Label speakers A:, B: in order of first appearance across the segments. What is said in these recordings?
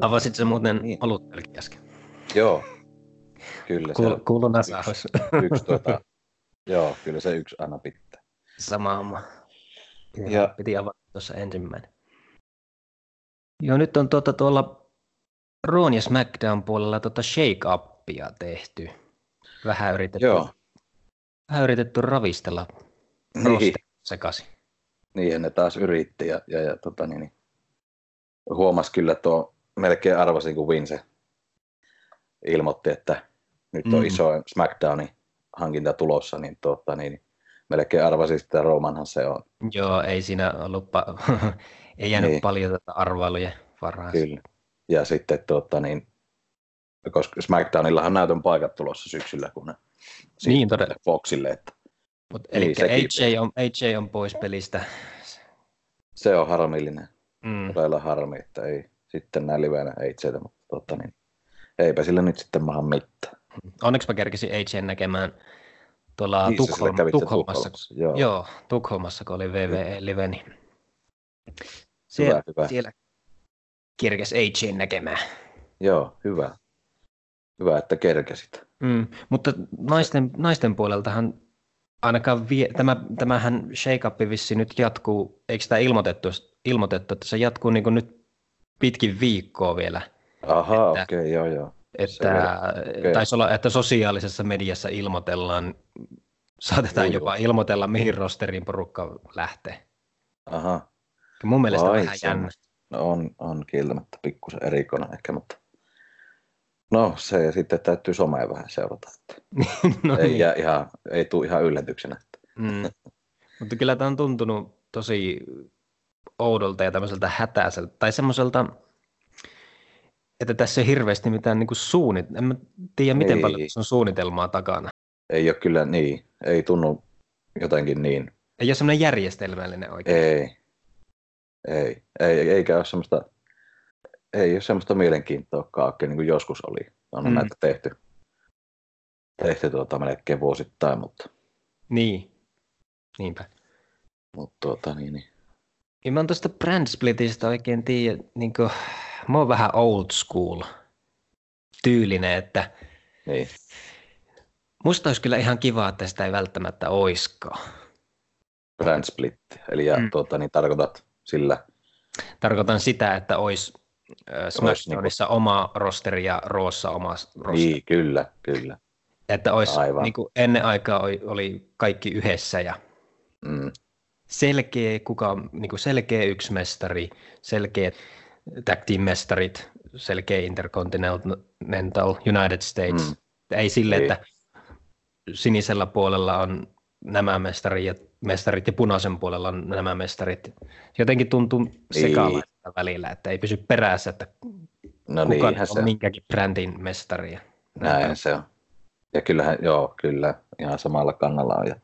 A: Avasit se muuten oluttelki äsken.
B: Joo, kyllä se
A: Kuul, kuuluna
B: yksi,
A: saavassa.
B: yksi tuota, joo, kyllä se yksi aina pitää.
A: Sama homma. Piti,
B: Ja-
A: ja. piti avata tuossa ensimmäinen. Joo, nyt on tuota, tuolla Rawn ja SmackDown puolella tuota shake-upia tehty. Vähän yritetty,
B: Joo,
A: vähän yritetty ravistella
B: niin,
A: niin. sekaisin.
B: niinhän ne taas yritti ja, ja, ja tota, niin, niin, huomasi kyllä tuo, melkein arvasin kun Vince ilmoitti, että nyt on
A: Mm.
B: iso SmackDownin hankinta tulossa, niin, tuota, niin melkein arvasin, että Romanhan se on.
A: Joo, ei siinä ollut pa- ei jäänyt
B: Niin.
A: niin. paljon tätä arvailujen varaa.
B: Kyllä. Ja sitten tuota, niin, koska SmackDownillahan näytön paikat tulossa syksyllä, kun ne siirtyy
A: Niin, todella.
B: Foxille, että
A: Mut,
B: Niin,
A: eli
B: sekin.
A: AJ, on, AJ on pois pelistä.
B: se on harmillinen,
A: Mm.
B: todella harmi, että ei sitten näin livenä itseitä, mutta tuota, niin, eipä sillä nyt sitten maahan mitään.
A: Onneksi mä kerkisin AJ näkemään tuolla
B: Niin, sä sillä
A: Tukholm,
B: kävit se
A: Tukholmassa,
B: Tukholmassa, Joo, joo.
A: Joo, Tukholmassa, kun oli VVE-live, niin
B: Hyvä,
A: siellä,
B: hyvä.
A: siellä kirkes AJ näkemään.
B: joo, hyvä. Hyvä, että kerkesit.
A: Mm, mutta naisten, naisten puoleltahan ainakaan vie, tämä, tämähän shake-up vissi nyt jatkuu, eikö tämä ilmoitettu, ilmoitettu että se jatkuu niin kuin nyt pitkin viikkoa vielä.
B: Aha, okei,
A: Että-
B: okay, joo, joo. Se on
A: Että,
B: vielä- okei.
A: Taisi olla, että sosiaalisessa mediassa ilmoitellaan, saatetaan
B: Joo,
A: jopa ilmoitella, mihin rosteriin porukka lähtee.
B: Aha,
A: Mun mielestä
B: Vai,
A: Vai, vähän
B: se on-
A: jännä.
B: no on, on kieltämättä pikkusen erikoinen ehkä, mutta no se sitten täytyy somea vähän seurata, että
A: no,
B: ei,
A: niin.
B: jää ihan, ei tule ihan yllätyksenä.
A: Mm. Mutta kyllä tämä on tuntunut tosi oudolta ja tämmöiseltä hätäiseltä, tai semmoiselta, että tässä ei hirveästi mitään niinku suunnit... En mä tiedä, miten
B: Niin.
A: paljon tässä on suunnitelmaa takana.
B: Ei ole kyllä niin, ei tunnu jotenkin niin.
A: Ei ole semmoinen järjestelmällinen oikein.
B: Ei, ei, ei eikä ole semmoista, ei ole semmoista mielenkiintoa kaakki, niin kuin joskus oli. On mm.
A: Mm.
B: näitä tehty, tehty tuota, melkein vuosittain, mutta,
A: Niin. Niinpä.
B: mutta tuota, niin, niin.
A: Ja mä oon tuosta brand splitistä oikein tiedä, niin kuin, mä oon vähän old school tyylinen, että
B: niin.
A: musta olisi kyllä ihan kiva, että sitä ei välttämättä oiskaan.
B: Brand split, eli ja, mm.
A: Mm.
B: tuota, niin tarkoitat sillä,
A: Tarkoitan sitä, että olisi SmackDownissa oma rosteri ja Roossa oma s- rosteri. Niin.
B: niin, kyllä, kyllä.
A: Että olisi,
B: Aivan.
A: niin kuin ennen aikaa oli, oli kaikki yhdessä ja
B: Mm.
A: selkeä, kuka, niin kuin selkeä yksi mestari, selkeät tag team mestarit, selkeä Intercontinental, United States.
B: Mm.
A: Mm. Ei sille,
B: Niin.
A: että sinisellä puolella on nämä mestarit ja, mestarit ja punaisen puolella on nämä mestarit. Jotenkin tuntuu sekalaiselta välillä, että ei pysy perässä, että
B: No
A: kuka
B: niinhän se
A: on minkäkin brändin mestari. ja näin
B: Näin se on. Ja kyllähän, joo, kyllä, ihan samalla kannalla on. Ja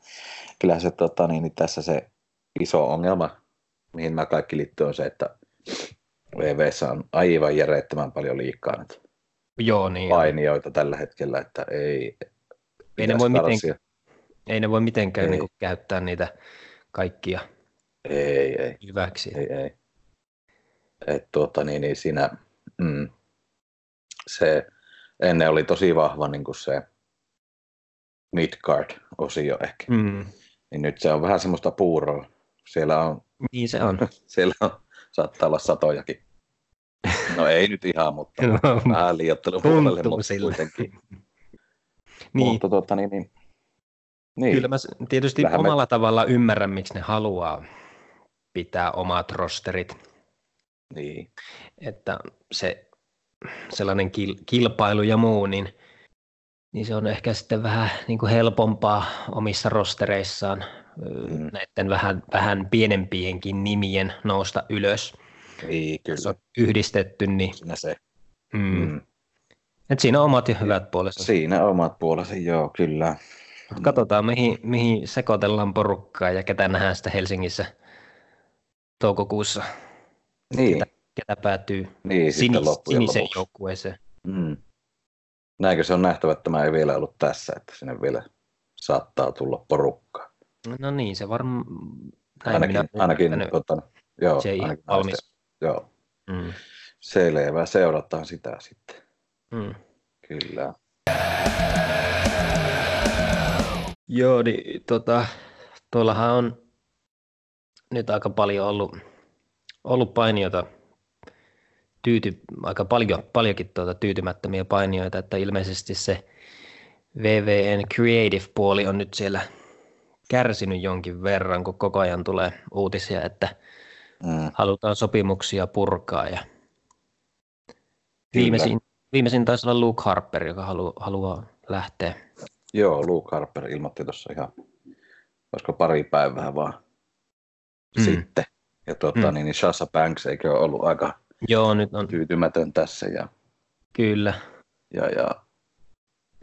B: kyllähän se tota, niin, niin tässä se iso ongelma, mihin mä kaikki liittyy, on se, että VVssä on aivan järjettömän paljon liikaa nyt
A: päin. Joo, niin.
B: painijoita tällä hetkellä, että ei,
A: Ei ne,
B: pitäisi
A: voi miten,
B: karsia.
A: ei ne voi mitenkään
B: Ei.
A: niin käyttää niitä kaikkia
B: Ei, ei,
A: hyväksi.
B: ei, ei. Et, tuota, niin, niin siinä, mm, se ennen oli tosi vahva niin kuin se midcard-osio ehkä.
A: Mm.
B: niin nyt se on vähän semmoista puuroa. Siellä on,
A: Niin se on.
B: siellä on saattaa olla satojakin. No ei nyt ihan, mutta
A: No,
B: vähän liioittelun
A: Tuntuu
B: puolelle, mutta
A: siltä.
B: kuitenkin.
A: niin,
B: Mutta tuota, niin, niin, niin.
A: kyllä mä s- tietysti
B: Kyllähän me-
A: omalla tavalla ymmärrän, miksi ne haluaa pitää omat rosterit.
B: niin.
A: Että se sellainen kil, kilpailu ja muu, niin, niin se on ehkä sitten vähän niin kuin helpompaa omissa rostereissaan
B: Mm.
A: mm. näiden vähän, vähän pienempienkin nimien nousta ylös.
B: niin,
A: Se
B: kyllä.
A: on yhdistetty, niin
B: Siinä, se.
A: mm. Mm.
B: Mm.
A: Et siinä on omat ja hyvät puolensa.
B: Siinä omat puolesi, joo, kyllä.
A: Katsotaan, mihin, mihin sekoitellaan porukkaa ja ketä nähdään sitten Helsingissä toukokuussa,
B: Niin,
A: ketä päätyy
B: niin
A: sinis,
B: sitten loppujen
A: sinisen
B: lopuksi.
A: joukkueeseen.
B: Mm. Näinkö se on nähtävä, että tämä ei vielä ollut tässä, että sinne vielä saattaa tulla porukkaa.
A: No niin, se varmaan...
B: Ainakin, ainakin, tota, joo,
A: se ei ihan
B: ainakin
A: valmis.
B: naisten- Joo,
A: Mm.
B: Selvä, seurataan sitä sitten.
A: Mm.
B: Kyllä.
A: Joo, niin tota, tuollahan on nyt aika paljon ollut, ollut painijoita, tyyty, aika paljon, paljonkin tuota tyytymättömiä painijoita, että ilmeisesti se VVN Creative-puoli on nyt siellä kärsinyt jonkin verran, kun koko ajan tulee uutisia, että
B: Mm.
A: halutaan sopimuksia purkaa. Ja
B: Kyllä.
A: viimeisin, viimeisin taisi olla Luke Harper, joka halu, haluaa lähteä.
B: Joo, Luke Harper ilmoitti tuossa ihan, olisiko pari päivää vaan
A: Mm.
B: mm. sitten. Ja tuota,
A: Mm.
B: mm. niin, niin Shassa Banks eikö ole ollut aika
A: Joo, nyt on
B: tyytymätön tässä ja,
A: kyllä.
B: ja, ja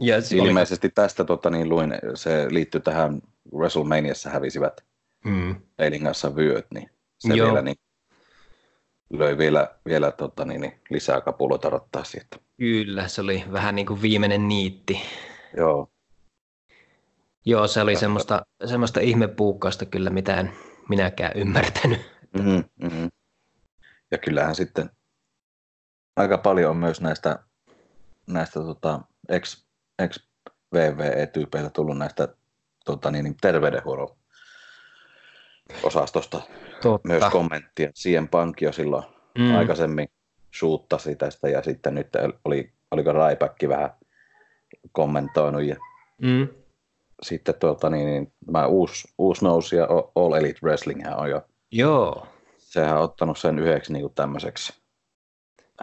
A: Ja oli-
B: Ilmeisesti tästä tota, niin luin, se liittyy tähän WrestleManiassa hävisivät
A: Mm.
B: Reidin kanssa vyöt, niin se
A: Joo.
B: Joo. vielä niin, löi vielä, vielä tota, niin, niin, lisää kapuloita rattaa siitä.
A: Kyllä, se oli vähän niin kuin viimeinen niitti.
B: Joo,
A: Joo, se oli
B: Totta.
A: semmoista, semmoista ihmepuukkausta kyllä, mitä en minäkään ymmärtänyt.
B: mm-hmm, mm-hmm. Ja kyllähän sitten aika paljon on myös näistä, näistä tota, ex, ex VVE-tyypeiltä tullut näistä tota, niin, niin, terveydenhuollon osastosta
A: Totta.
B: myös kommenttia. CM Punk jo silloin
A: mm.
B: Ah. mm. aikaisemmin suuttasi tästä ja sitten nyt oli, oliko Raipäkki vähän kommentoinut ja
A: Mm.
B: sitten tuota, niin, niin, tämä uusi, uusi nousija O- All Elite Wrestling hän on jo,
A: Joo,
B: sehän on ottanut sen yhdeksi niin tämmöiseksi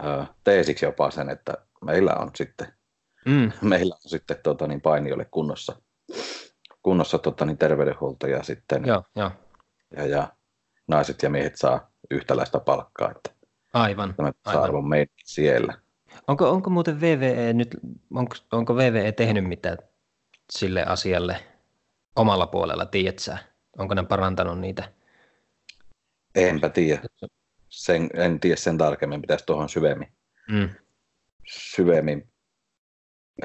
B: öö, teesiksi jopa sen, että meillä on sitten,
A: mm.
B: meillä on sitten tuota, niin painijoille kunnossa, kunnossa tuota, niin terveydenhuolto ja sitten ja.
A: joo, joo,
B: Ja, ja, naiset ja miehet saa yhtäläistä palkkaa, että
A: aivan.
B: tämä
A: Aivan.
B: tasa-arvon meidän siellä.
A: Onko, onko muuten VVE nyt, onko, onko VVE tehnyt mitään sille asialle omalla puolella, tiedät sä? Onko ne parantanut niitä?
B: Enpä tiedä. Sen, en tiedä sen tarkemmin, pitäisi tuohon syvemmin.
A: Mm.
B: syvemmin.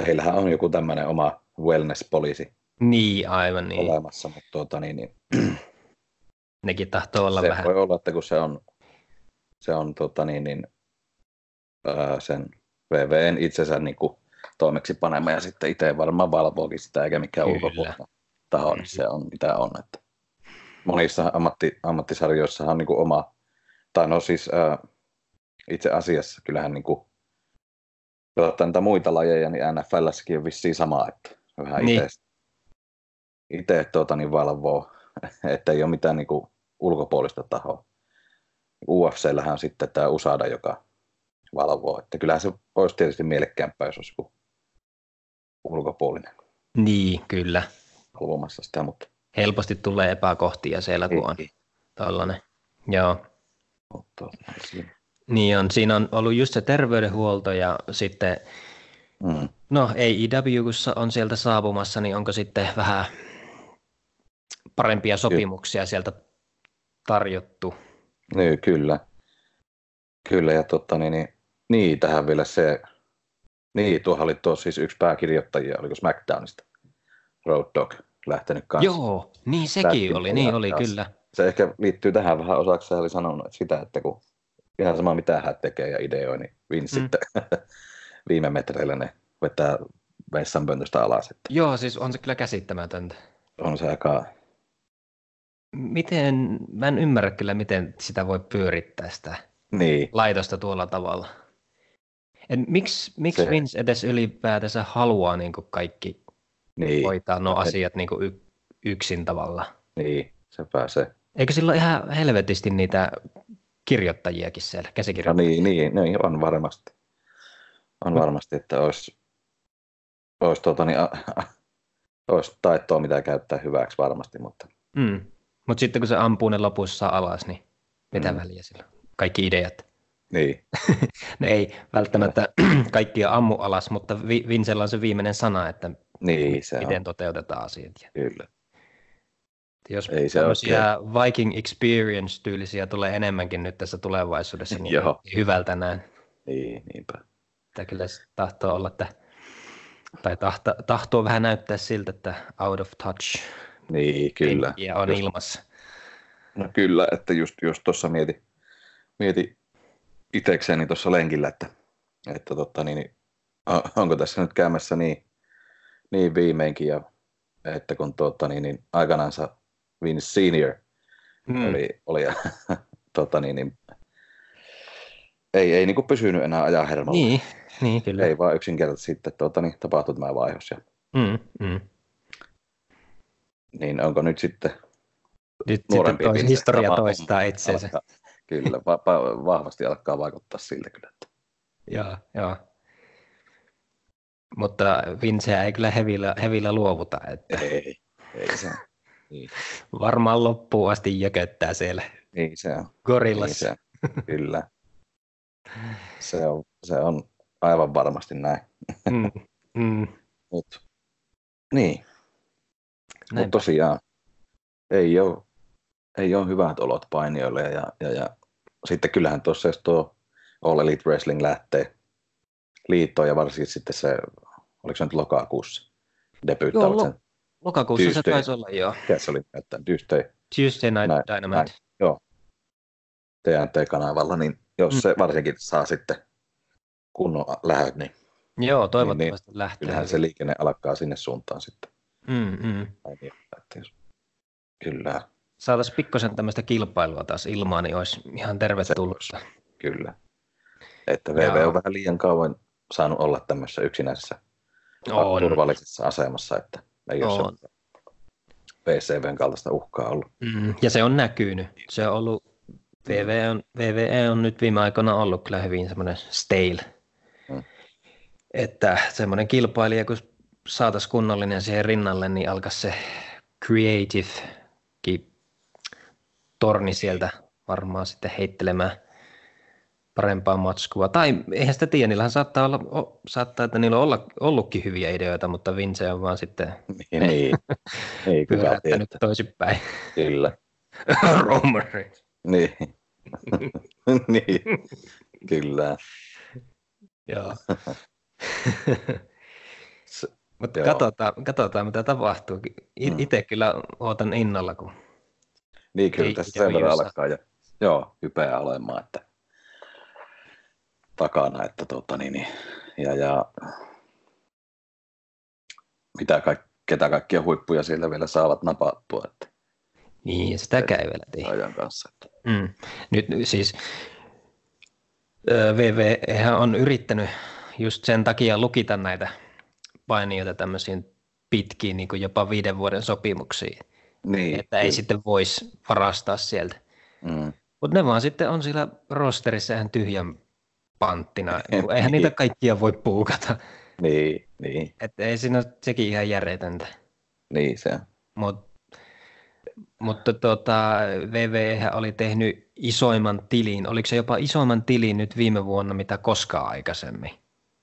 B: Heillähän on joku tämmöinen oma wellness-poliisi
A: Niin, aivan
B: niin.
A: niin.
B: olemassa, mutta tuota, niin, niin,
A: Nekin tahtoo olla
B: se
A: vähän.
B: voi olla, että kun se on, se on tuota, niin, niin, öö, sen VVN itsensä niin kuin, toimeksi panema ja sitten itse varmaan valvookin sitä, eikä mikään
A: Kyllä.
B: ulkopuolinen taho, niin se on mitä on. Että monissa ammatti, ammattisarjoissa on niin kuin oma, tai no siis öö, itse asiassa kyllähän niin kuin, niitä muita lajeja, niin NFLssäkin on vissiin sama, että vähän
A: Niin.
B: niin. itse tuota, niin valvoo, että ei ole mitään niin kuin, ulkopuolista tahoa. UFCllähän on sitten tämä USADA, joka valvoo. Että kyllähän se olisi tietysti mielekkäämpää, jos olisi joku ulkopuolinen
A: Niin, kyllä.
B: valvomassa sitä, mutta,
A: Helposti tulee epäkohtia siellä, kun on
B: Niin.
A: tällainen. Joo.
B: mutta tuota, siinä.
A: Niin on, siinä on ollut just se terveydenhuolto ja sitten,
B: Mm.
A: no AEW, kun sa- on sieltä saapumassa, niin onko sitten vähän parempia sopimuksia sieltä tarjottu?
B: Niin, kyllä. Kyllä, ja totta, niin, niin, niin, tähän vielä se, niin, tuohan oli tuossa siis yksi pääkirjoittajia, oliko SmackDownista, Road Dog lähtenyt kanssa.
A: Joo, niin sekin
B: Tähti-
A: oli, niin oli
B: kanssa.
A: kyllä.
B: se ehkä liittyy tähän vähän osaksi, hän oli sanonut sitä, että kun ihan sama mitä hän tekee ja ideoi, niin Vince
A: Mm.
B: mm. sitten viime metreillä ne vetää vessanpöntöstä alas, että
A: Joo, siis on se kyllä käsittämätöntä.
B: on se aika,
A: Miten, mä en ymmärrä kyllä, miten sitä voi pyörittää sitä
B: niin,
A: laitosta tuolla tavalla. Et miksi miksi
B: Se-
A: Vince edes ylipäätänsä haluaa niin kaikki
B: niin,
A: hoitaa nuo
B: Et-
A: asiat niin y- yksin tavalla?
B: niin, se pääsee.
A: Eikö sillä ole ihan helvetisti niitä kirjoittajiakin siellä,
B: No
A: käsikirjoittajia?
B: niin, niin, niin, on varmasti. On varmasti, että olisi, olisi, tuota, niin, a, a, olisi taitoa, mitä käyttää hyväksi varmasti, mutta
A: Mm. Mutta sitten kun se ampuu ne lopussa alas, niin mitä
B: Mm.
A: väliä sillä on? Kaikki ideat.
B: niin,
A: No ei välttämättä kaikkia ammu alas, mutta Vi- Vincellä on se viimeinen sana, että
B: niin se
A: miten
B: on,
A: toteutetaan asiat. Ja
B: kyllä.
A: jos
B: Ei se
A: tämmöisiä Viking Experience-tyylisiä tulee enemmänkin nyt tässä tulevaisuudessa, niin
B: Joo.
A: näytti hyvältä näin.
B: Niin, niinpä.
A: Että kyllä se tahtoo olla, että, tai tahto, tahtoo vähän näyttää siltä, että out of touch
B: Niin, kyllä.
A: ja on
B: Just-
A: ilmassa.
B: No kyllä, että just, just tuossa mieti, mieti itsekseni tuossa lenkillä, että, että totta, niin, on- onko tässä nyt käymässä niin, niin viimeinkin, ja, että kun tuota, niin, niin aikanaansa Vince Senior
A: Mm.
B: oli, oli tota niin, niin, ei, ei niin kuin pysynyt enää ajahermalla.
A: Niin, niin kyllä.
B: Ei vaan yksinkertaisesti sitten tuota, niin, tapahtui tämä vaihdos. Ja,
A: Mm, mm.
B: niin onko nyt sitten
A: Nyt sitten
B: nuorempi
A: tois,
B: Vince
A: historia
B: alkaa-
A: toistaa itseensä.
B: alkaa- Kyllä, va- va- vahvasti alkaa vaikuttaa siltä kyllä. Että.
A: Joo, joo. Mutta Vinceä ei kyllä hevillä, hevillä luovuta, että
B: Ei, ei se. on. Niin,
A: varmaan loppuun asti jököttää siellä
B: niin se on. Niin
A: gorillassa.
B: se, on. kyllä. Se on, se on aivan varmasti näin. Niin
A: Mm, mm.
B: Mut, niin,
A: Näinpä.
B: mutta tosiaan ei ole, ei ole hyvät olot painijoille. Ja, ja, ja sitten kyllähän tuossa, jos tuo All Elite Wrestling lähtee liittoon ja varsinkin sitten se, oliko se nyt lokakuussa,
A: Joo,
B: debyyttää,
A: lo- Lokakuussa se
B: Tuesday.
A: taisi olla, joo.
B: mikä se oli, että Tuesday
A: Tuesday Night
B: Näin,
A: Dynamite.
B: näin. TNT-kanavalla, niin
A: Mm.
B: jos se varsinkin saa sitten kunnon lähöt, niin
A: Joo, toivottavasti lähtee.
B: kyllähän se liikenne alkaa sinne suuntaan sitten.
A: mm, mm.
B: Ai niin, että jos- Kyllä,
A: Saataisiin pikkasen tämmöistä kilpailua taas ilmaan, niin olisi ihan tervetullutta.
B: kyllä. Että VV
A: Jaa.
B: on vähän liian kauan saanut olla tämmöisessä yksinäisessä
A: On.
B: turvallisessa asemassa, että ei ole
A: On.
B: se PCVn kaltaista uhkaa ollut.
A: Mm, ja se on näkynyt. Se on ollut, VV on, VVE on nyt viime aikoina ollut kyllä hyvin semmoinen stale.
B: Mm.
A: Että semmoinen kilpailija, kun saataisiin kunnollinen siihen rinnalle, niin alkaisi se creative torni sieltä varmaan sitten heittelemään parempaa matskua. Tai eihän sitä tiedä, niillähän saattaa olla, o, saattaa, että niillä on olla, ollutkin hyviä ideoita, mutta Vince on vaan sitten
B: Niin, ei, ei kukaan tiedä.
A: pyöräyttänyt toisinpäin.
B: Kyllä.
A: Roman Reigns.
B: Niin. niin. Kyllä.
A: Joo.
B: Se-
A: Mutta
B: joo.
A: katsotaan, katsotaan, mitä tapahtuu.
B: Mm.
A: Itse kyllä ootan innolla, kun
B: Niin kyllä
A: Ei
B: tässä
A: ikinä
B: sen verran
A: kiusaa.
B: alkaa ja joo, hypeä olemaan, että takana, että tota niin, niin, ja, ja mitä kaik, ketä kaikkia huippuja siellä vielä saavat napattua että,
A: niin sitäkään ei vielä tiedä.
B: ajan kanssa. Että,
A: Mm. Nyt siis ö, VV hän on yrittänyt just sen takia lukita näitä painijoita tämmöisiin pitkiin, niin kuin jopa viiden vuoden sopimuksiin,
B: niin,
A: että ei
B: kyllä.
A: sitten voisi varastaa sieltä.
B: Mm,
A: Mutta ne vaan sitten on siellä rosterissa ihan tyhjän panttina, kun eihän
B: Niin.
A: niitä kaikkia voi puukata.
B: niin, niin,
A: Että ei siinä sekin ihan järjetöntä.
B: niin se on.
A: Mut, mutta tota, VV oli tehnyt isoimman tilin, oliko se jopa isoimman tilin nyt viime vuonna, mitä koskaan aikaisemmin.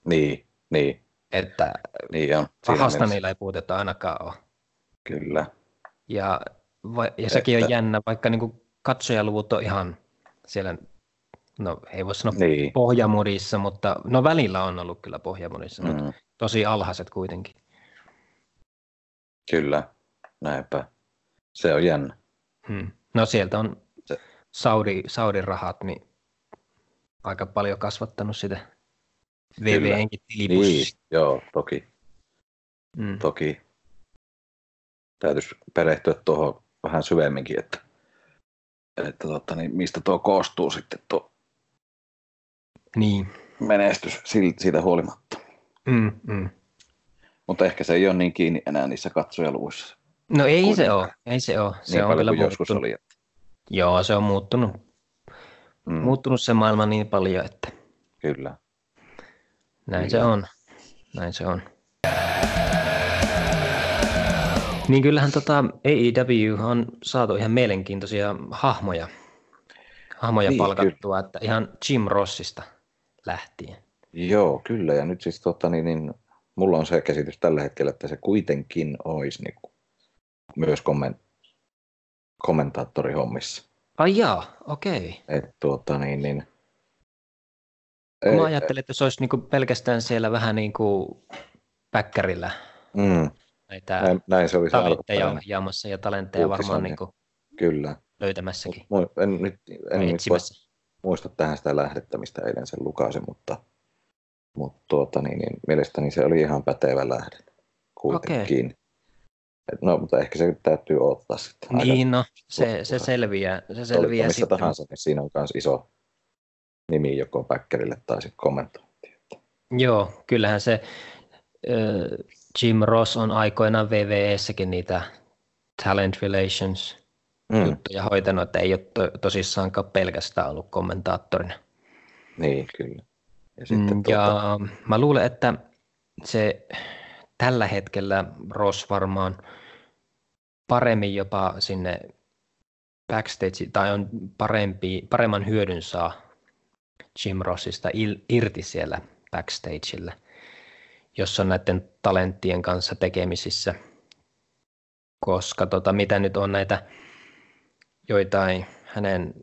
B: Niin, niin,
A: Että
B: niin on. Siinä
A: rahasta
B: mielessä.
A: niillä ei puutetta ainakaan ole.
B: Kyllä,
A: Ja, va, ja sekin on
B: Että-
A: jännä, vaikka niinku katsojaluvut on ihan siellä, no ei voi sanoa
B: niin.
A: pohjamudissa, mutta no välillä on ollut kyllä pohjamudissa, mm. mutta
B: Mm,
A: tosi alhaiset kuitenkin.
B: kyllä, näinpä. Se on jännä.
A: Hmm. No sieltä on
B: Se-
A: Saudi, Saudin rahat niin aika paljon kasvattanut sitä
B: Kyllä.
A: VVNkin
B: Niin,
A: tilipussia.
B: joo, toki.
A: Mm.
B: toki täytyisi perehtyä tuohon vähän syvemminkin, että, että totta, niin mistä tuo koostuu sitten tuo
A: Niin.
B: menestys sil- siitä huolimatta.
A: Mm, mm.
B: Mutta ehkä se ei ole niin kiinni enää niissä katsojaluvuissa
A: No ei se
B: Kuitenkaan.
A: ole, ei se ole.
B: niin
A: Se on
B: paljon
A: kyllä
B: kuin joskus
A: muuttunut.
B: oli. Hmm. että-
A: Joo, se on muuttunut.
B: Mm,
A: Muuttunut se maailma niin paljon, että
B: Kyllä.
A: näin
B: Kyllä.
A: se on. Näin se on. Niin kyllähän tota AEW on saatu ihan mielenkiintoisia hahmoja, hahmoja
B: Niin,
A: niin,
B: kyllä.
A: palkattua, että ihan Jim Rossista lähtien.
B: Joo, kyllä. Ja nyt siis totta, niin, niin, mulla on se käsitys tällä hetkellä, että se kuitenkin olisi niin kuin, myös kommen, kommentaattorihommissa.
A: Ai jaa, okei.
B: Että tuota niin, niin,
A: Ei, mä ajattelin, että se olisi niinku pelkästään siellä vähän niin kuin päkkärillä
B: mm,
A: näitä
B: näin, näin, se oli se
A: talentteja
B: alkuperäinen.
A: ohjaamassa ja talentteja varmaan
B: uutisoinnin.
A: niinku
B: Kyllä.
A: löytämässäkin.
B: Mut Mä en nyt, en
A: tai
B: nyt voi,
A: etsimässä.
B: muista tähän sitä lähdettämistä eilen sen lukasin, mutta, mutta tuota, niin, niin, mielestäni se oli ihan pätevä lähde kuitenkin. Okay. Et No, mutta ehkä se täytyy odottaa sitten. aika-
A: Niin, no, se, se selviää, se
B: Olipa
A: selviää
B: missä
A: sitten.
B: tahansa, niin siinä on myös iso nimi joko päkkärille tai sitten kommentointiin.
A: Joo, kyllähän se ö, Jim Ross on aikoinaan VVEssäkin niitä talent relations
B: Mm,
A: juttuja hoitanut, että ei ole to, tosissaankaan pelkästään ollut kommentaattorina.
B: niin, kyllä.
A: Sitten
B: Ja sitten
A: mm,
B: tuota, ja...
A: ja mä luulen, että se tällä hetkellä Ross varmaan paremmin jopa sinne backstage, tai on parempi, paremman hyödyn saa Jim Rossista il, irti siellä backstageillä, jos on näiden talenttien kanssa tekemisissä. Koska tota, mitä nyt on näitä joitain hänen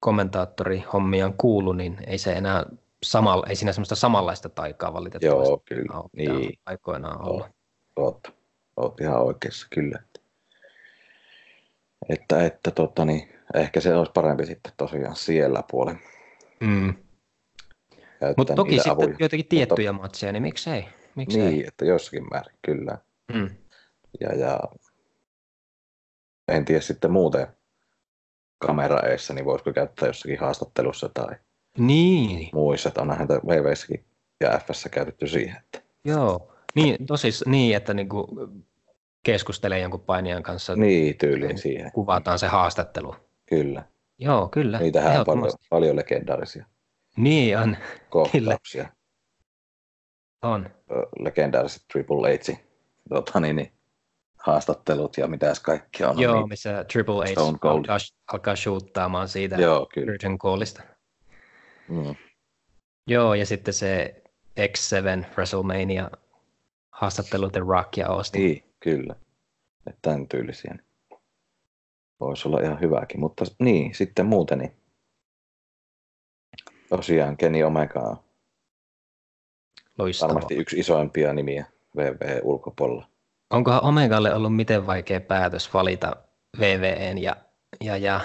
A: kommentaattorihommiaan kuulu, niin ei se enää samalla, ei siinä semmoista samanlaista taikaa valitettavasti
B: joo, kyllä,
A: ole, mitä on
B: niin,
A: aikoinaan
B: Joo.
A: ollut.
B: oot, oot ihan oikeassa, kyllä. Että, että tota, niin, ehkä se olisi parempi sitten tosiaan siellä puolella.
A: Mm.
B: käyttää
A: Mutta toki
B: niitä
A: sitten
B: avuja.
A: joitakin tiettyjä matseja, niin miksei? miksei?
B: Niin, että jossakin määrin, kyllä.
A: Mm.
B: Ja, ja en tiedä sitten muuten kamera eessä, niin voisiko käyttää jossakin haastattelussa tai
A: niin,
B: muissa, että onhan näitä VVssäkin ja FS käytetty siihen, että
A: joo. Niin, tosis, niin että niinku keskustelee jonkun painijan kanssa, niin.
B: niin tyyliin siihen,
A: kuvataan se haastattelu.
B: kyllä.
A: Joo, kyllä.
B: Niitähän on Niin paljon,
A: ehdottomasti.
B: paljon legendaarisia
A: Niin on,
B: kohtauksia.
A: on.
B: Ö, Legendaariset Triple H tota, niin, niin, haastattelut ja mitäs kaikkea on.
A: Joo,
B: niin,
A: missä Triple H
B: Stone Cold.
A: alkaa, alkaa shoottaamaan siitä
B: joo kyllä.
A: Curtain Callista.
B: Mm.
A: Joo, ja sitten se X7 WrestleMania haastattelu The Rock ja Austin.
B: Niin, kyllä. Että tämän tyylisiä. niin Voisi olla ihan hyväkin, mutta niin, sitten muuten niin tosiaan Kenny Omega on
A: Loistavaa.
B: varmasti yksi isoimpia nimiä VV ulkopuolella.
A: Onkohan Omegalle ollut miten vaikea päätös valita VVN ja, ja, ja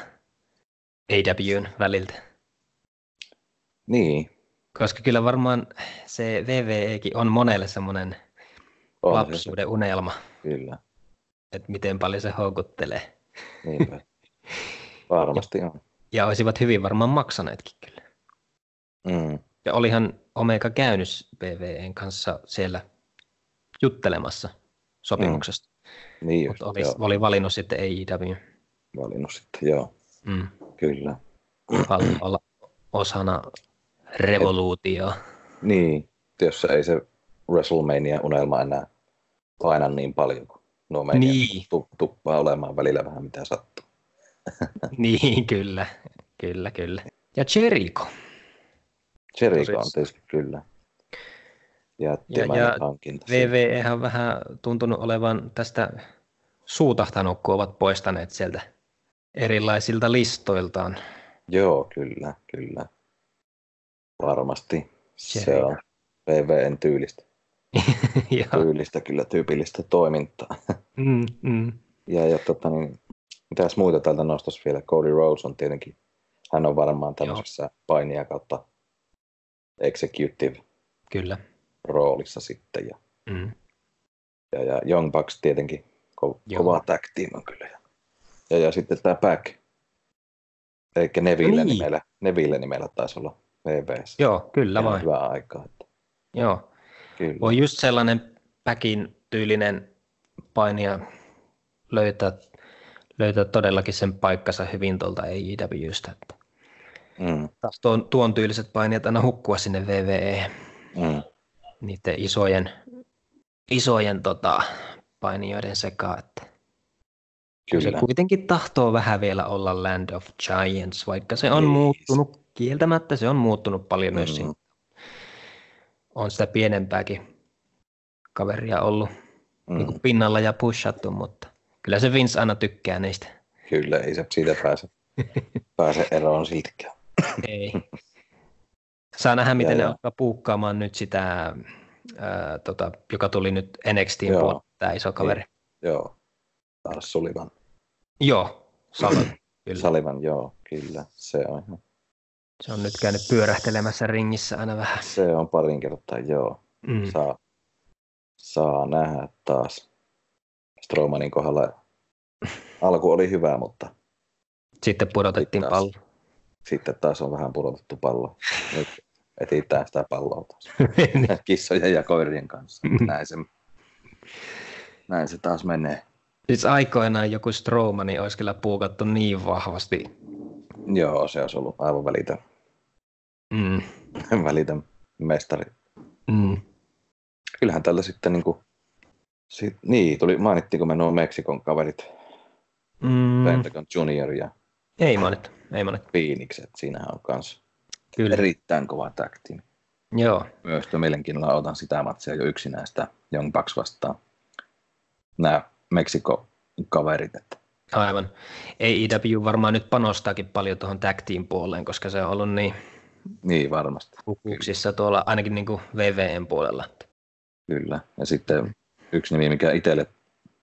A: AWn väliltä?
B: Niin,
A: Koska kyllä varmaan se VVEkin on monelle semmoinen
B: on se,
A: lapsuuden unelma,
B: kyllä.
A: että miten paljon se houkuttelee.
B: Niinpä. Varmasti on.
A: Ja olisivat hyvin varmaan maksaneetkin kyllä.
B: Mm.
A: Ja olihan Omega käynyt VVEn kanssa siellä juttelemassa sopimuksesta,
B: Niin just,
A: mutta oli,
B: joo,
A: oli valinnut sitten AEW.
B: valinnut sitten, joo,
A: Mm.
B: kyllä.
A: Haluaa olla osana revoluutioa.
B: Niin, jos ei se WrestleMania-unelma enää paina niin paljon kuin nuo mania
A: Niin.
B: tu- tuppaa olemaan välillä vähän mitä sattuu.
A: Niin, kyllä. Kyllä, kyllä. Ja Jericho.
B: Jericho on
A: Tosissaan.
B: tietysti kyllä. Ja
A: Ja-
B: Timainen
A: ja
B: hankinta.
A: VVE E on vähän tuntunut olevan tästä suutahtanut, kun ovat poistaneet sieltä erilaisilta listoiltaan.
B: Joo, kyllä, kyllä. Varmasti. Se
A: Jericho.
B: on VVN tyylistä,
A: ja,
B: tyylistä kyllä tyypillistä toimintaa.
A: mm, mm.
B: Ja, ja tota, niin, mitäs muita täältä nostaisi vielä? Cody Rhodes on tietenkin, hän on varmaan tämmöisessä painia kautta executive
A: Kyllä.
B: roolissa sitten. Ja,
A: Mm.
B: ja, ja Young Bucks tietenkin, ko-
A: Joo.
B: kova tag team on kyllä. Ja, ja, ja sitten tämä Pack, eli Neville,
A: No niin.
B: niin. nimellä, Neville nimellä taisi olla VVS.
A: Joo, kyllä
B: Ihan
A: vain.
B: Hyvää aikaa. Että,
A: Joo.
B: kyllä.
A: Voi just sellainen päkin tyylinen painija löytää, löytää todellakin sen paikkansa hyvin tuolta AEWstä. Että
B: Mm,
A: Taas tuon, tuon tyyliset painijat aina hukkua sinne VVE.
B: mm,
A: niiden isojen, isojen tota, painijoiden sekaan. Että
B: kyllä.
A: se kuitenkin tahtoo vähän vielä olla Land of Giants, vaikka se on
B: Niin.
A: muuttunut, kieltämättä se on muuttunut paljon myös.
B: Mm,
A: Mm. On sitä pienempääkin kaveria ollut
B: mm,
A: niin kuin pinnalla ja pushattu, mutta kyllä se Vince aina tykkää niistä.
B: Kyllä, ei se siitä pääse, pääse eroon siltikään.
A: Ei. Saa nähdä, miten
B: Ja,
A: ne
B: ja.
A: alkaa puukkaamaan nyt sitä, ää, tota, joka tuli nyt NXTin
B: Joo.
A: puolella, tämä iso kaveri.
B: Joo. Lars Sullivan.
A: Joo, Salon, kyllä.
B: Sullivan, joo, kyllä. Se on ihan
A: Se on nyt käynyt pyörähtelemässä ringissä aina vähän.
B: Se on parin kertaa, joo.
A: Mm.
B: Saa, saa nähdä taas. Stromanin kohdalla alku oli hyvä, mutta
A: Sitten pudotettiin
B: Taas.
A: pallo.
B: sitten taas on vähän pudotettu pallo. Nyt etsitään sitä palloa taas.
A: Niin.
B: kissojen ja koirien kanssa.
A: Mm.
B: Näin se, näin se taas menee.
A: siis aikoinaan joku Strowmani olisi kyllä puukattu niin vahvasti.
B: Joo, se olisi ollut aivan välitön,
A: Mm.
B: välitön mestari.
A: Mm.
B: Kyllähän tällä sitten niin kuin, sit, niin, tuli, mainittiinko me nuo Meksikon kaverit, mm.
A: Mm.
B: Pentagon Junior ja
A: Ei mainittu, ei mainittu.
B: Phoenix, että siinähän on myös
A: Kyllä,
B: erittäin kova tag team.
A: joo.
B: Myös että mielenkiinnolla otan sitä matsia jo yksinään sitä Young Bucks vastaan. Nämä Meksikon kaverit, että
A: Aivan. AEW varmaan nyt panostaakin paljon tuohon tag team puoleen, koska se on ollut niin
B: niin varmasti.
A: hukuksissa tuolla ainakin niin kuin VVN puolella.
B: Kyllä. Ja sitten yksi nimi, mikä itselle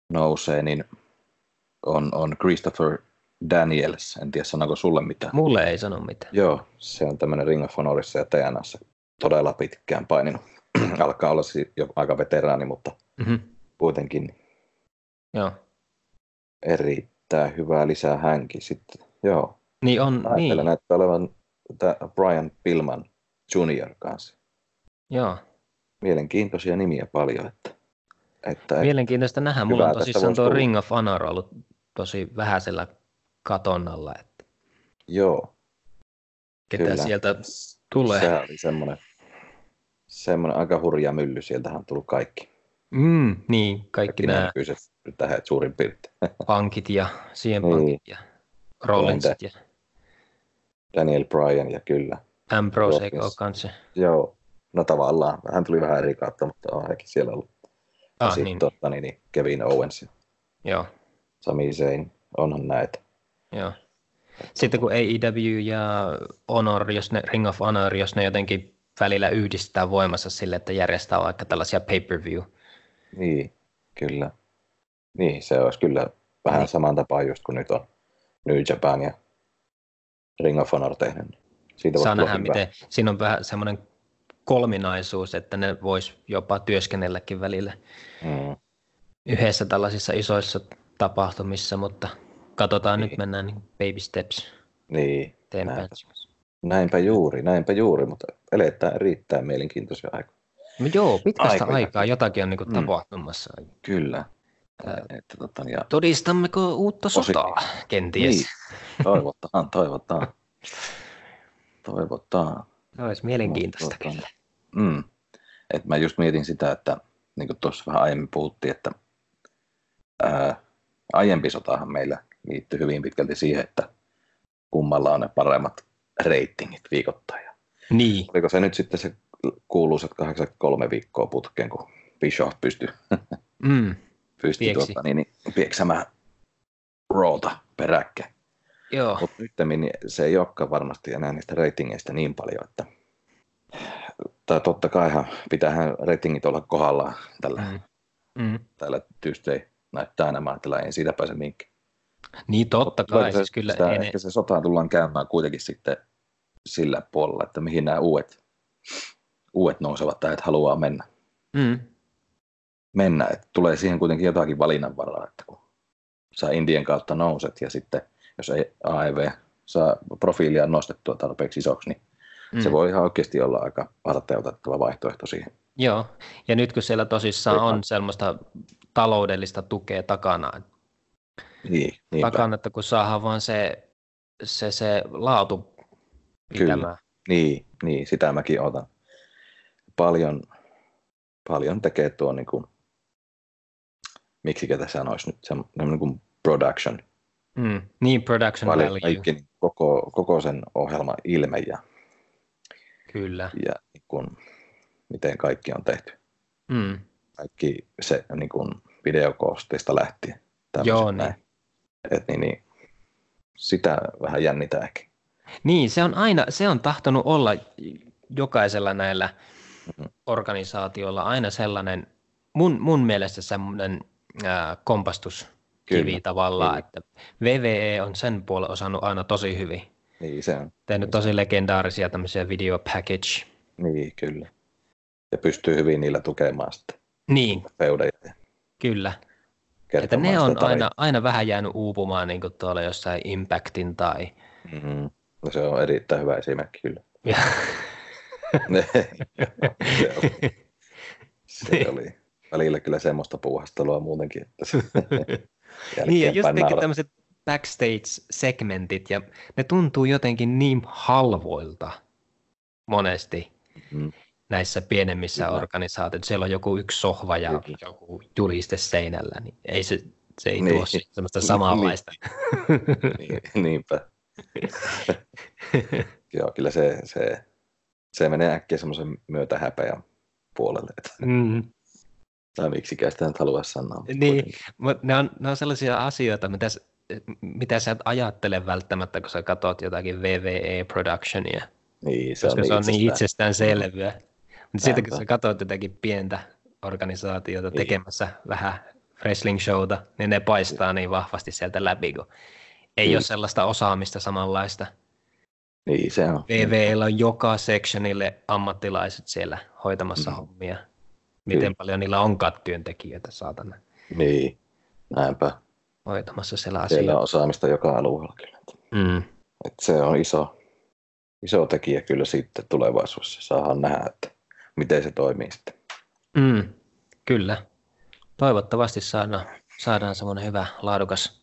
B: nousee, niin on, on Christopher Daniels. En tiedä, sanoko sulle mitään.
A: Mulle ei sano mitään.
B: Joo, se on tämmöinen Ring of Honorissa ja TNAssa todella pitkään paininut. Alkaa olla si- jo aika veteraani, mutta
A: Mm-hmm.
B: kuitenkin
A: Joo.
B: erittäin hyvää lisää hänkin sitten. Joo,
A: Niin on, niin.
B: niin. näyttää olevan tää Brian Pillman Junior kanssa.
A: Joo.
B: Mielenkiintoisia nimiä paljon, että, että
A: Mielenkiintoista nähdä. Mulla
B: Hyvä,
A: on
B: tästä
A: tosissaan
B: voisi
A: tuo
B: puhua.
A: Ring of Honor ollut tosi vähäisellä katonnalla, että
B: joo,
A: ketä
B: Kyllä.
A: sieltä tulee.
B: Se oli semmoinen, semmoinen aika hurja mylly. Sieltähän on tullut kaikki.
A: Mm, niin, kaikki nämä
B: nykyiset tähdet suurin piirtein.
A: pankit ja CM
B: Niin.
A: Punkit ja Rollinsit ja
B: Daniel Bryan ja kyllä.
A: Ambrose eikö
B: Rollins.
A: ole kanssa.
B: Joo. No tavallaan. Hän tuli vähän eri kautta, mutta on hänkin siellä ollut. Ja
A: Ah,
B: sitten
A: niin,
B: totta, niin, niin, Kevin Owens ja
A: joo,
B: Sami Zayn. Onhan näitä.
A: joo. Sitten kun AEW ja Honor, jos ne, Ring of Honor, jos ne jotenkin välillä yhdistää voimansa sille, että järjestää vaikka tällaisia pay-per-view.
B: Niin, kyllä. Niin, se olisi kyllä vähän
A: Niin.
B: saman tapaan just kuin nyt on New Japan ja Ring of Honor tehnyt. Siitä
A: Saa
B: voisi tulla
A: nähdä,
B: hyvä.
A: miten siinä on vähän semmoinen kolminaisuus, että ne vois jopa työskennelläkin välillä
B: Mm,
A: yhdessä tällaisissa isoissa tapahtumissa, mutta katsotaan
B: Niin.
A: nyt, mennään niin baby steps
B: niin,
A: eteenpäin.
B: Näinpä. Näinpä juuri, näinpä juuri, mutta eletään erittäin mielenkiintoisia aikoja.
A: No joo, pitkästä
B: Aikoja.
A: aikaa jotakin on niin
B: Mm.
A: tapahtumassa.
B: Kyllä.
A: Ää,
B: Että, tota, ja
A: Todistammeko uutta
B: Osi-
A: sotaa, kenties?
B: Niin. toivotaan, toivotaan. Toivotaan.
A: Se olisi mielenkiintoista
B: Mut, tota,
A: kyllä.
B: Mm. Et mä just mietin sitä, että niin kuin tuossa vähän aiemmin puhuttiin, että ää, aiempi sotahan meillä liittyy hyvin pitkälti siihen, että kummalla on ne paremmat reitingit viikoittain. Ja
A: Niin,
B: Oliko se nyt sitten se kuuluisat 83 viikkoa putkeen, kun Bischoff pystyi
A: mm,
B: pystyi
A: Pieksi.
B: tuota, niin, niin, pieksämään roota peräkkäin.
A: joo,
B: Mutta nyt niin se ei olekaan varmasti enää niistä ratingeista niin paljon, että tai totta kaihan pitäähän ratingit olla kohdallaan tällä, mm.
A: mm, mm.
B: tällä Tuesday näyttää nämä, tällä ei siitä pääse mihinkään.
A: Niin totta
B: Mut
A: kai,
B: tuleeko
A: siis
B: se,
A: kyllä
B: sitä,
A: ei ne,
B: ehkä se sota tullaan käymään kuitenkin sitten sillä puolella, että mihin nämä uudet, uudet nousevat tähdet haluaa mennä.
A: mm,
B: mennä. Et tulee siihen kuitenkin jotakin valinnanvaraa, että kun sä Indian kautta nouset ja sitten jos ei AEV saa profiilia nostettua tarpeeksi isoksi, niin
A: mm.
B: mm. se voi ihan oikeasti olla aika varteutettava vaihtoehto siihen.
A: Joo, ja nyt kun siellä tosissaan
B: Kyllä.
A: on sellaista taloudellista tukea takana,
B: Niin, niinpä.
A: takana että kun saadaan vaan se, se, se laatu
B: Kyllä.
A: pitämään.
B: Niin, niin, sitä mäkin otan. Paljon, paljon tekee tuo, niin kuin, miksikä tässä sanoisi nyt, semmoinen niin kuin production.
A: Mm. Niin, production
B: Paljon
A: value,
B: kaikki, niin koko, koko sen ohjelman ilme ja,
A: kyllä.
B: ja niin kuin, miten kaikki on tehty.
A: Mm.
B: kaikki se niin kuin videokoosteista lähtien. tämmöset
A: Joo, niin.
B: näin. Et niin, niin, sitä vähän jännitäänkin.
A: Niin, se on aina, se on tahtonut olla jokaisella näillä
B: Mhm.
A: organisaatioilla aina sellainen, mun, mun mielestä semmoinen äh, kompastuskivi
B: Kyllä,
A: tavallaan,
B: kyllä.
A: E että VVE on sen puolen osannut aina tosi hyvin.
B: Niin se on.
A: tehnyt tosi legendaarisia tämmöisiä video package.
B: Niin, kyllä. Ja pystyy hyvin niillä tukemaan sitä
A: Niin,
B: feudeja ja
A: kyllä. Että
B: kertomaan
A: ne
B: sitä
A: on
B: tarinaa.
A: aina, aina vähän jäänyt uupumaan niin tuolla jossain Impactin tai...
B: Mm. No se on erittäin hyvä esimerkki kyllä.
A: Ja,
B: se, oli, se oli välillä kyllä semmoista puuhastelua muutenkin, että se
A: niin, ja just
B: jälkeenpäin
A: kaikki
B: nauraa.
A: tämmöiset backstage-segmentit, ja ne tuntuu jotenkin niin halvoilta monesti
B: Mm.
A: näissä pienemmissä
B: Kyllä.
A: organisaatioissa. Siellä on joku yksi sohva ja
B: Kyllä.
A: joku juliste seinällä, niin ei se, se ei
B: Niin.
A: tuo sit semmoista samanlaista.
B: Niin, niinpä. Joo, kyllä se, se, se menee äkkiä semmoisen myötä häpeän puolelle, että,
A: Mm.
B: tai miksikään sitä nyt halua sanoa. mutta
A: Niin.
B: kuitenkin.
A: Mut ne, on, ne on sellaisia asioita, mitä, s- mitä sä et ajattele välttämättä, kun sä katsot jotakin E VVE-productionia,
B: Niin, se
A: koska
B: on,
A: se on niin
B: itsestään.
A: itsestäänselvyä. Mutta sitten kun
B: Näinpä.
A: sä katsot jotakin pientä organisaatiota
B: Niin.
A: tekemässä vähän wrestling-showta, niin ne paistaa niin vahvasti sieltä läpi, kun ei
B: Niin.
A: ole sellaista osaamista samanlaista.
B: Niin, se on.
A: VVEllä on joka sectionille ammattilaiset siellä hoitamassa
B: Mm.
A: hommia. Miten
B: Kyllä.
A: paljon niillä onkaan työntekijöitä, saatana,
B: Niin, näinpä.
A: hoitamassa siellä asioita.
B: Siellä on osaamista joka alueella kyllä.
A: Mm.
B: Et se on iso, iso tekijä kyllä sitten tulevaisuudessa. Saahan nähdä, että miten se toimii sitten.
A: Mm, kyllä. Toivottavasti saadaan, saadaan semmoinen hyvä, laadukas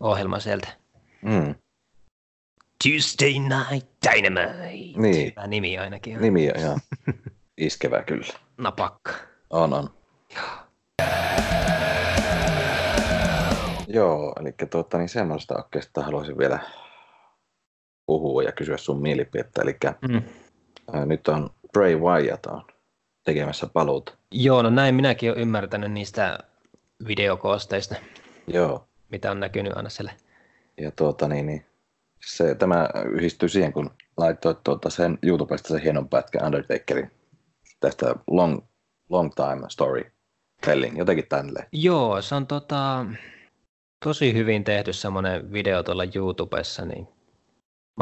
A: ohjelma sieltä.
B: Mm.
A: Tuesday Night Dynamite.
B: Niin.
A: Hyvä nimi ainakin on. Niin.
B: Nimi on ihan iskevä kyllä.
A: Napakka.
B: On, on. Joo, eli tuota, niin semmoista oikeastaan haluaisin vielä puhua ja kysyä sun mielipidettä. Eli
A: Mm.
B: nyt on Bray Wyatt on tekemässä paluuta.
A: Joo, no näin minäkin olen ymmärtänyt niistä videokoosteista,
B: Joo,
A: mitä on näkynyt aina siellä.
B: ja tuota, niin, niin se, tämä yhdistyy siihen, kun laitoit tuota, sen YouTubesta sen hienon pätkän Undertakerin tästä long, long time story telling, jotenkin tälleen.
A: Joo, se on tota, tosi hyvin tehty semmoinen video tuolla YouTubessa, niin mä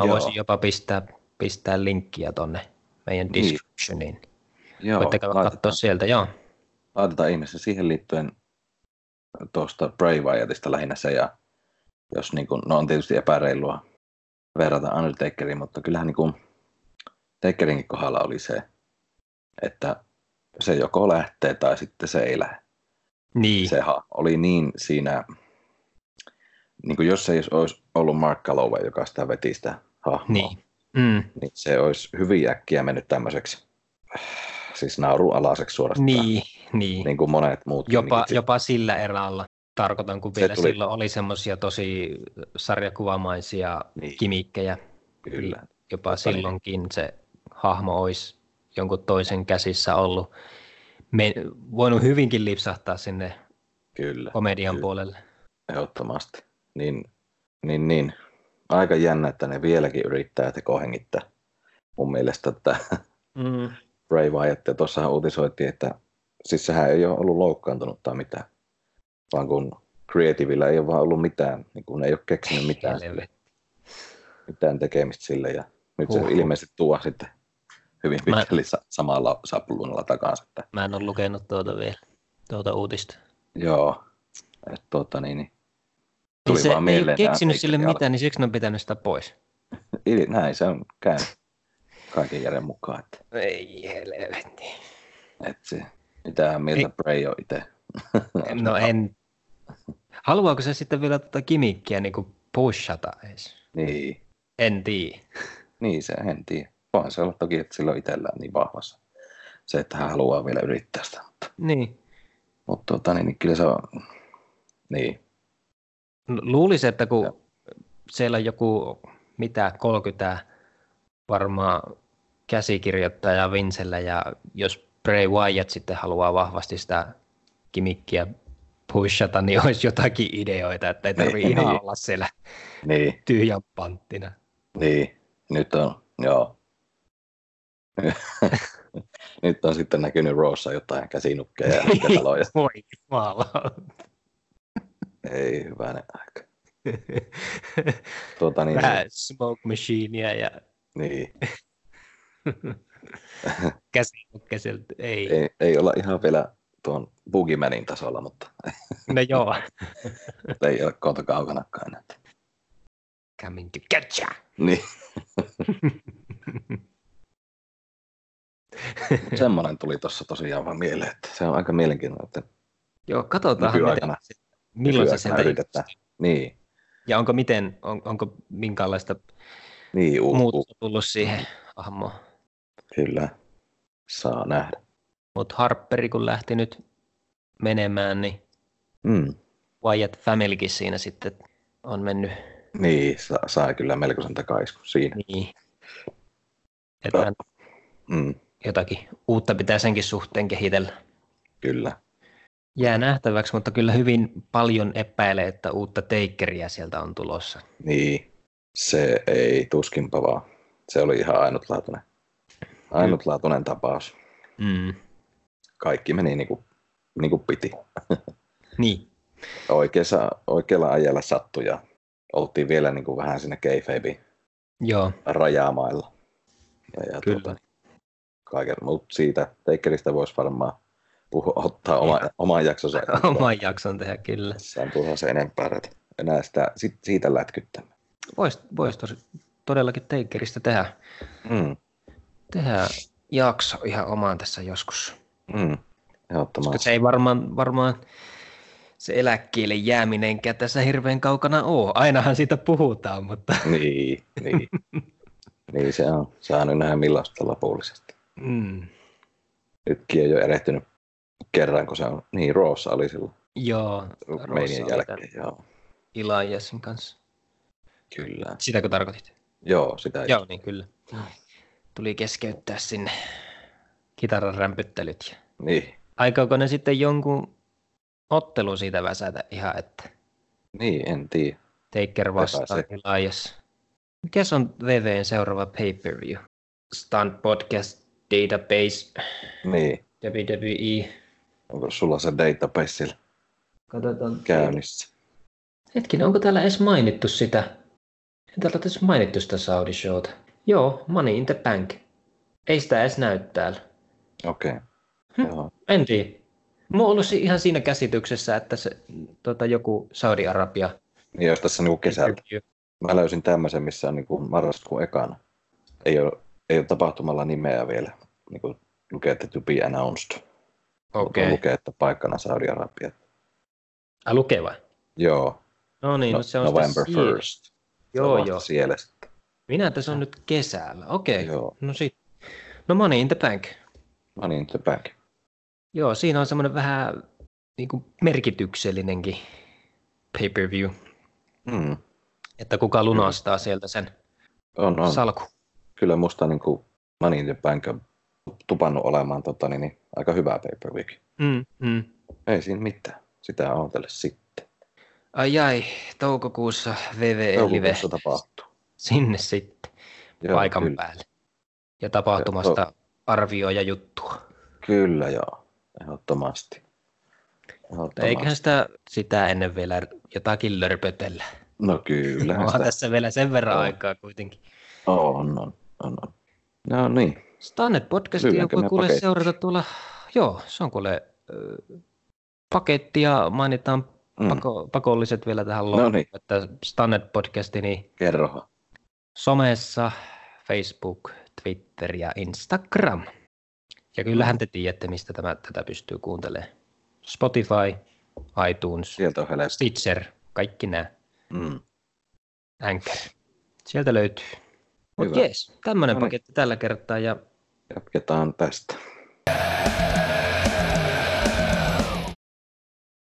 B: Joo.
A: Joo. voisin jopa pistää, pistää linkkiä tonne meidän
B: Niin.
A: descriptioniin. Niin.
B: Joo,
A: Voitte käydä katsoa
B: laitetaan,
A: sieltä, joo.
B: laitetaan ihmeessä siihen liittyen tuosta Bray Wyattista lähinnä se, ja jos niin kuin, no on tietysti epäreilua verrata Undertakeriin, mutta kyllähän niin kuin Takerinkin kohdalla oli se, että se joko lähtee tai sitten se ei lähde.
A: Niin.
B: se ha- oli niin siinä, niin kuin jos ei olisi ollut Mark Calloway, joka sitä veti sitä hahmoa, niin.
A: Niin. Mm,
B: niin se olisi hyvin äkkiä mennyt tämmöiseksi, siis naurualaiseksi suorastaan,
A: niin, niin.
B: niin kuin monet muut.
A: Jopa, jopa sillä eräällä tarkoitan, kun
B: Se
A: vielä
B: tuli-
A: silloin oli semmoisia tosi sarjakuvamaisia
B: Niin.
A: kimikkejä.
B: Kyllä,
A: Jopa
B: Totta niin.
A: silloinkin se hahmo olisi jonkun toisen käsissä ollut. Me, voinut hyvinkin lipsahtaa sinne
B: kyllä,
A: komedian
B: Kyllä.
A: puolelle.
B: ehdottomasti. Niin, niin, niin. Aika jännä, että ne vieläkin yrittää tekohengittää mun mielestä, että
A: Mm.
B: Bray Wyatt, ja tuossahan uutisoitiin, että siis sehän ei ole ollut loukkaantunut tai mitään, vaan kun Creativillä ei ole vaan ollut mitään, niin kun ei ole keksinyt mitään,
A: Helvetti.
B: mitään tekemistä sille, ja nyt se
A: Huhhuh.
B: ilmeisesti tuo sitten hyvin
A: Mä-
B: pitkälle Mä... samalla sapluunalla takaisin, että
A: Mä en ole lukenut tuota vielä, tuota uutista.
B: joo, että tuota niin, niin
A: Niin
B: tuli
A: se
B: vaan
A: ei ole
B: mieleen. tää
A: keksinyt sille
B: Takerin
A: mitään, niin siksi ne on pitänyt sitä pois.
B: al- Ili, näin se on käynyt kaiken järjen mukaan, että,
A: Ei helvetti.
B: että se, mitä mieltä Bray on itse.
A: No en. Haluaako se sitten vielä tuota kimikkiä niinku pushata edes?
B: niin.
A: En tiedä.
B: Niin, se en tiedä. Voihan se olla toki, että sillä on itsellään niin vahvassa se, että hän haluaa vielä yrittää sitä. Mutta,
A: Niin.
B: mutta tuota, niin, niin kyllä se on... Niin,
A: Luulisin, että kun
B: Joo.
A: siellä on joku, mitä, 30 varmaan käsikirjoittaja Vincellä ja jos Bray Wyatt sitten haluaa vahvasti sitä kimikkiä pushata, niin olisi jotakin ideoita, että ei
B: Niin,
A: tarvitse ihan
B: niin.
A: olla siellä
B: niin,
A: tyhjän panttina.
B: niin. Nyt on, joo. Nyt on sitten näkynyt Roossa jotain käsinukkeja ja taloja.
A: Voi jumala.
B: Ei hyvänen aika. Tuota, niin,
A: Vähän smoke machineia ja
B: niin,
A: käsi käselty. Ei.
B: ei, ei, olla ihan vielä tuon Bugimanin tasolla, mutta
A: No joo.
B: ei ole kohta kaukanakaan enää.
A: Coming to catch ya.
B: Niin. Semmoinen tuli tuossa tosiaan vaan mieleen, että se on aika mielenkiintoinen, että
A: Joo, katsotaan
B: Nykyaikana.
A: miten, milloin se
B: nykyään
A: sieltä
B: yritetään. Niin,
A: Ja onko miten, on, onko minkäänlaista
B: niin uh, uh,
A: muutosta tullut siihen hahmoon.
B: kyllä, saa nähdä.
A: Mutta Harperi kun lähti nyt menemään, niin
B: Mm.
A: Wyatt Familykin siinä sitten on mennyt
B: Niin, saa, saa kyllä melkoisen takaiskun siinä.
A: niin. Että hän
B: Mm,
A: jotakin uutta pitää senkin suhteen kehitellä.
B: kyllä,
A: Jää nähtäväksi, mutta kyllä hyvin paljon epäilee, että uutta Takeria sieltä on tulossa.
B: niin, se ei tuskinpa vaan. Se oli ihan ainutlaatuinen, ainutlaatuinen tapaus.
A: Mm.
B: Kaikki meni niin kuin, niin kuin piti.
A: Niin,
B: Oikeassa, oikealla ajalla sattui ja oltiin vielä niin kuin vähän siinä keifabi
A: joo,
B: rajamailla. Ja, ja
A: Kyllä.
B: Tuota, kaiken, mutta siitä Takerista voisi varmaan puhua, ottaa oma,
A: Niin.
B: oman jaksonsa.
A: oman jakson tehdä kyllä.
B: Se on turha se enempää rötä. enää sitä, sit, siitä lätkyttää.
A: Voisi vois tosi, todellakin Takerista tehdä,
B: Mm,
A: tehdä jakso ihan omaan tässä joskus.
B: mm.
A: Koska
B: Ehdottomasti.
A: se ei varmaan, varmaan se eläkkeelle jääminenkään tässä hirveän kaukana ole. Ainahan siitä puhutaan, mutta
B: Niin, niin. niin se on. Saa nyt nähdä millaista lopullisesti.
A: mm,
B: Nytkin ei ole erehtynyt kerran, kun se on niin Roossa oli silloin
A: joo, Roossa
B: meinin
A: oli
B: jälkeen. Joo,
A: tämän Ilaiasin kanssa.
B: kyllä.
A: Sitäkö tarkoitit?
B: Joo, sitä ei.
A: Joo, niin kyllä. Tuli keskeyttää sinne kitaran rämpyttelyt. ja-
B: Niin,
A: Aikooko ne sitten jonkun ottelu siitä väsätä ihan, että
B: niin, en tiedä.
A: Taker vastaan
B: pääse.
A: Elias. Mikäs on VVn seuraava pay-per-view? Stunt Podcast Database E.
B: Niin,
A: WWE.
B: onko sulla se database siellä
A: Katsotaan.
B: käynnissä?
A: Hetkinen, onko täällä edes mainittu sitä? Ei täällä ole edes mainittu sitä Saudi Showta. Joo, Money in the Bank. Ei sitä edes näy täällä.
B: Okei. Okay.
A: Hm.
B: Joo.
A: En tiedä. Mä oon ollut si- ihan siinä käsityksessä, että se, tota, joku Saudi-Arabia.
B: Niin, jos tässä niinku kesältä. Mä löysin tämmöisen, missä on niinku marraskuun ekana. Ei ole, ei ole tapahtumalla nimeä vielä. Niinku lukee, että to be announced.
A: Okei.
B: Mutta
A: Okay.
B: Lukee, että paikkana Saudi-Arabia.
A: Ah, lukee vai?
B: Joo,
A: No niin, no,
B: no,
A: se on sitä
B: November
A: siellä.
B: 1st. Se on
A: Joo,
B: vasta
A: joo.
B: Siellä sitten.
A: Minä, että se on nyt kesällä. Okei, okay.
B: Joo,
A: no sit. No Money in the Bank.
B: Money in the Bank.
A: Joo, siinä on semmoinen vähän niin kuin merkityksellinenkin pay-per-view,
B: Mm.
A: että kuka lunastaa sieltä sen
B: On, Mm. on.
A: no. salku.
B: Kyllä musta niin kuin Money in the Bank on tupannut olemaan tota, niin, niin, aika hyvää pay per
A: Mm, mm.
B: Ei siinä mitään. Sitä ootelle sitten.
A: Ai ai, toukokuussa VVE Live.
B: Toukokuussa tapahtuu.
A: Sinne sitten, joo, paikan kyllä. päälle. Ja tapahtumasta joo. arvioi ja juttua.
B: Kyllä joo, ehdottomasti.
A: Mutta
B: ehdottomasti.
A: eiköhän sitä, sitä ennen vielä jotakin lörpötellä.
B: No kyllä,
A: Onhan
B: sitä
A: tässä vielä sen verran
B: Joo.
A: aikaa kuitenkin.
B: on, on, on, on. No niin,
A: Stannet podcastia
B: Lyödäänkö
A: voi
B: me
A: kuule
B: pakettiin?
A: seurata tuolla, joo, se on kuule ö, paketti ja mainitaan
B: Mm.
A: pako, pakolliset vielä tähän
B: No
A: loppuun,
B: niin.
A: että Stannet podcasti niin
B: kerrohan.
A: somessa, Facebook, Twitter ja Instagram. Ja kyllähän te tiedätte, mistä tämä, tätä pystyy kuuntelemaan. Spotify, iTunes,
B: Sieltä on helesti.
A: Stitcher, kaikki nämä,
B: Mm.
A: Anchor. Sieltä löytyy. Mutta
B: Hyvä.
A: jees, tämmöinen
B: No niin.
A: paketti tällä kertaa ja
B: Jatketaan tästä.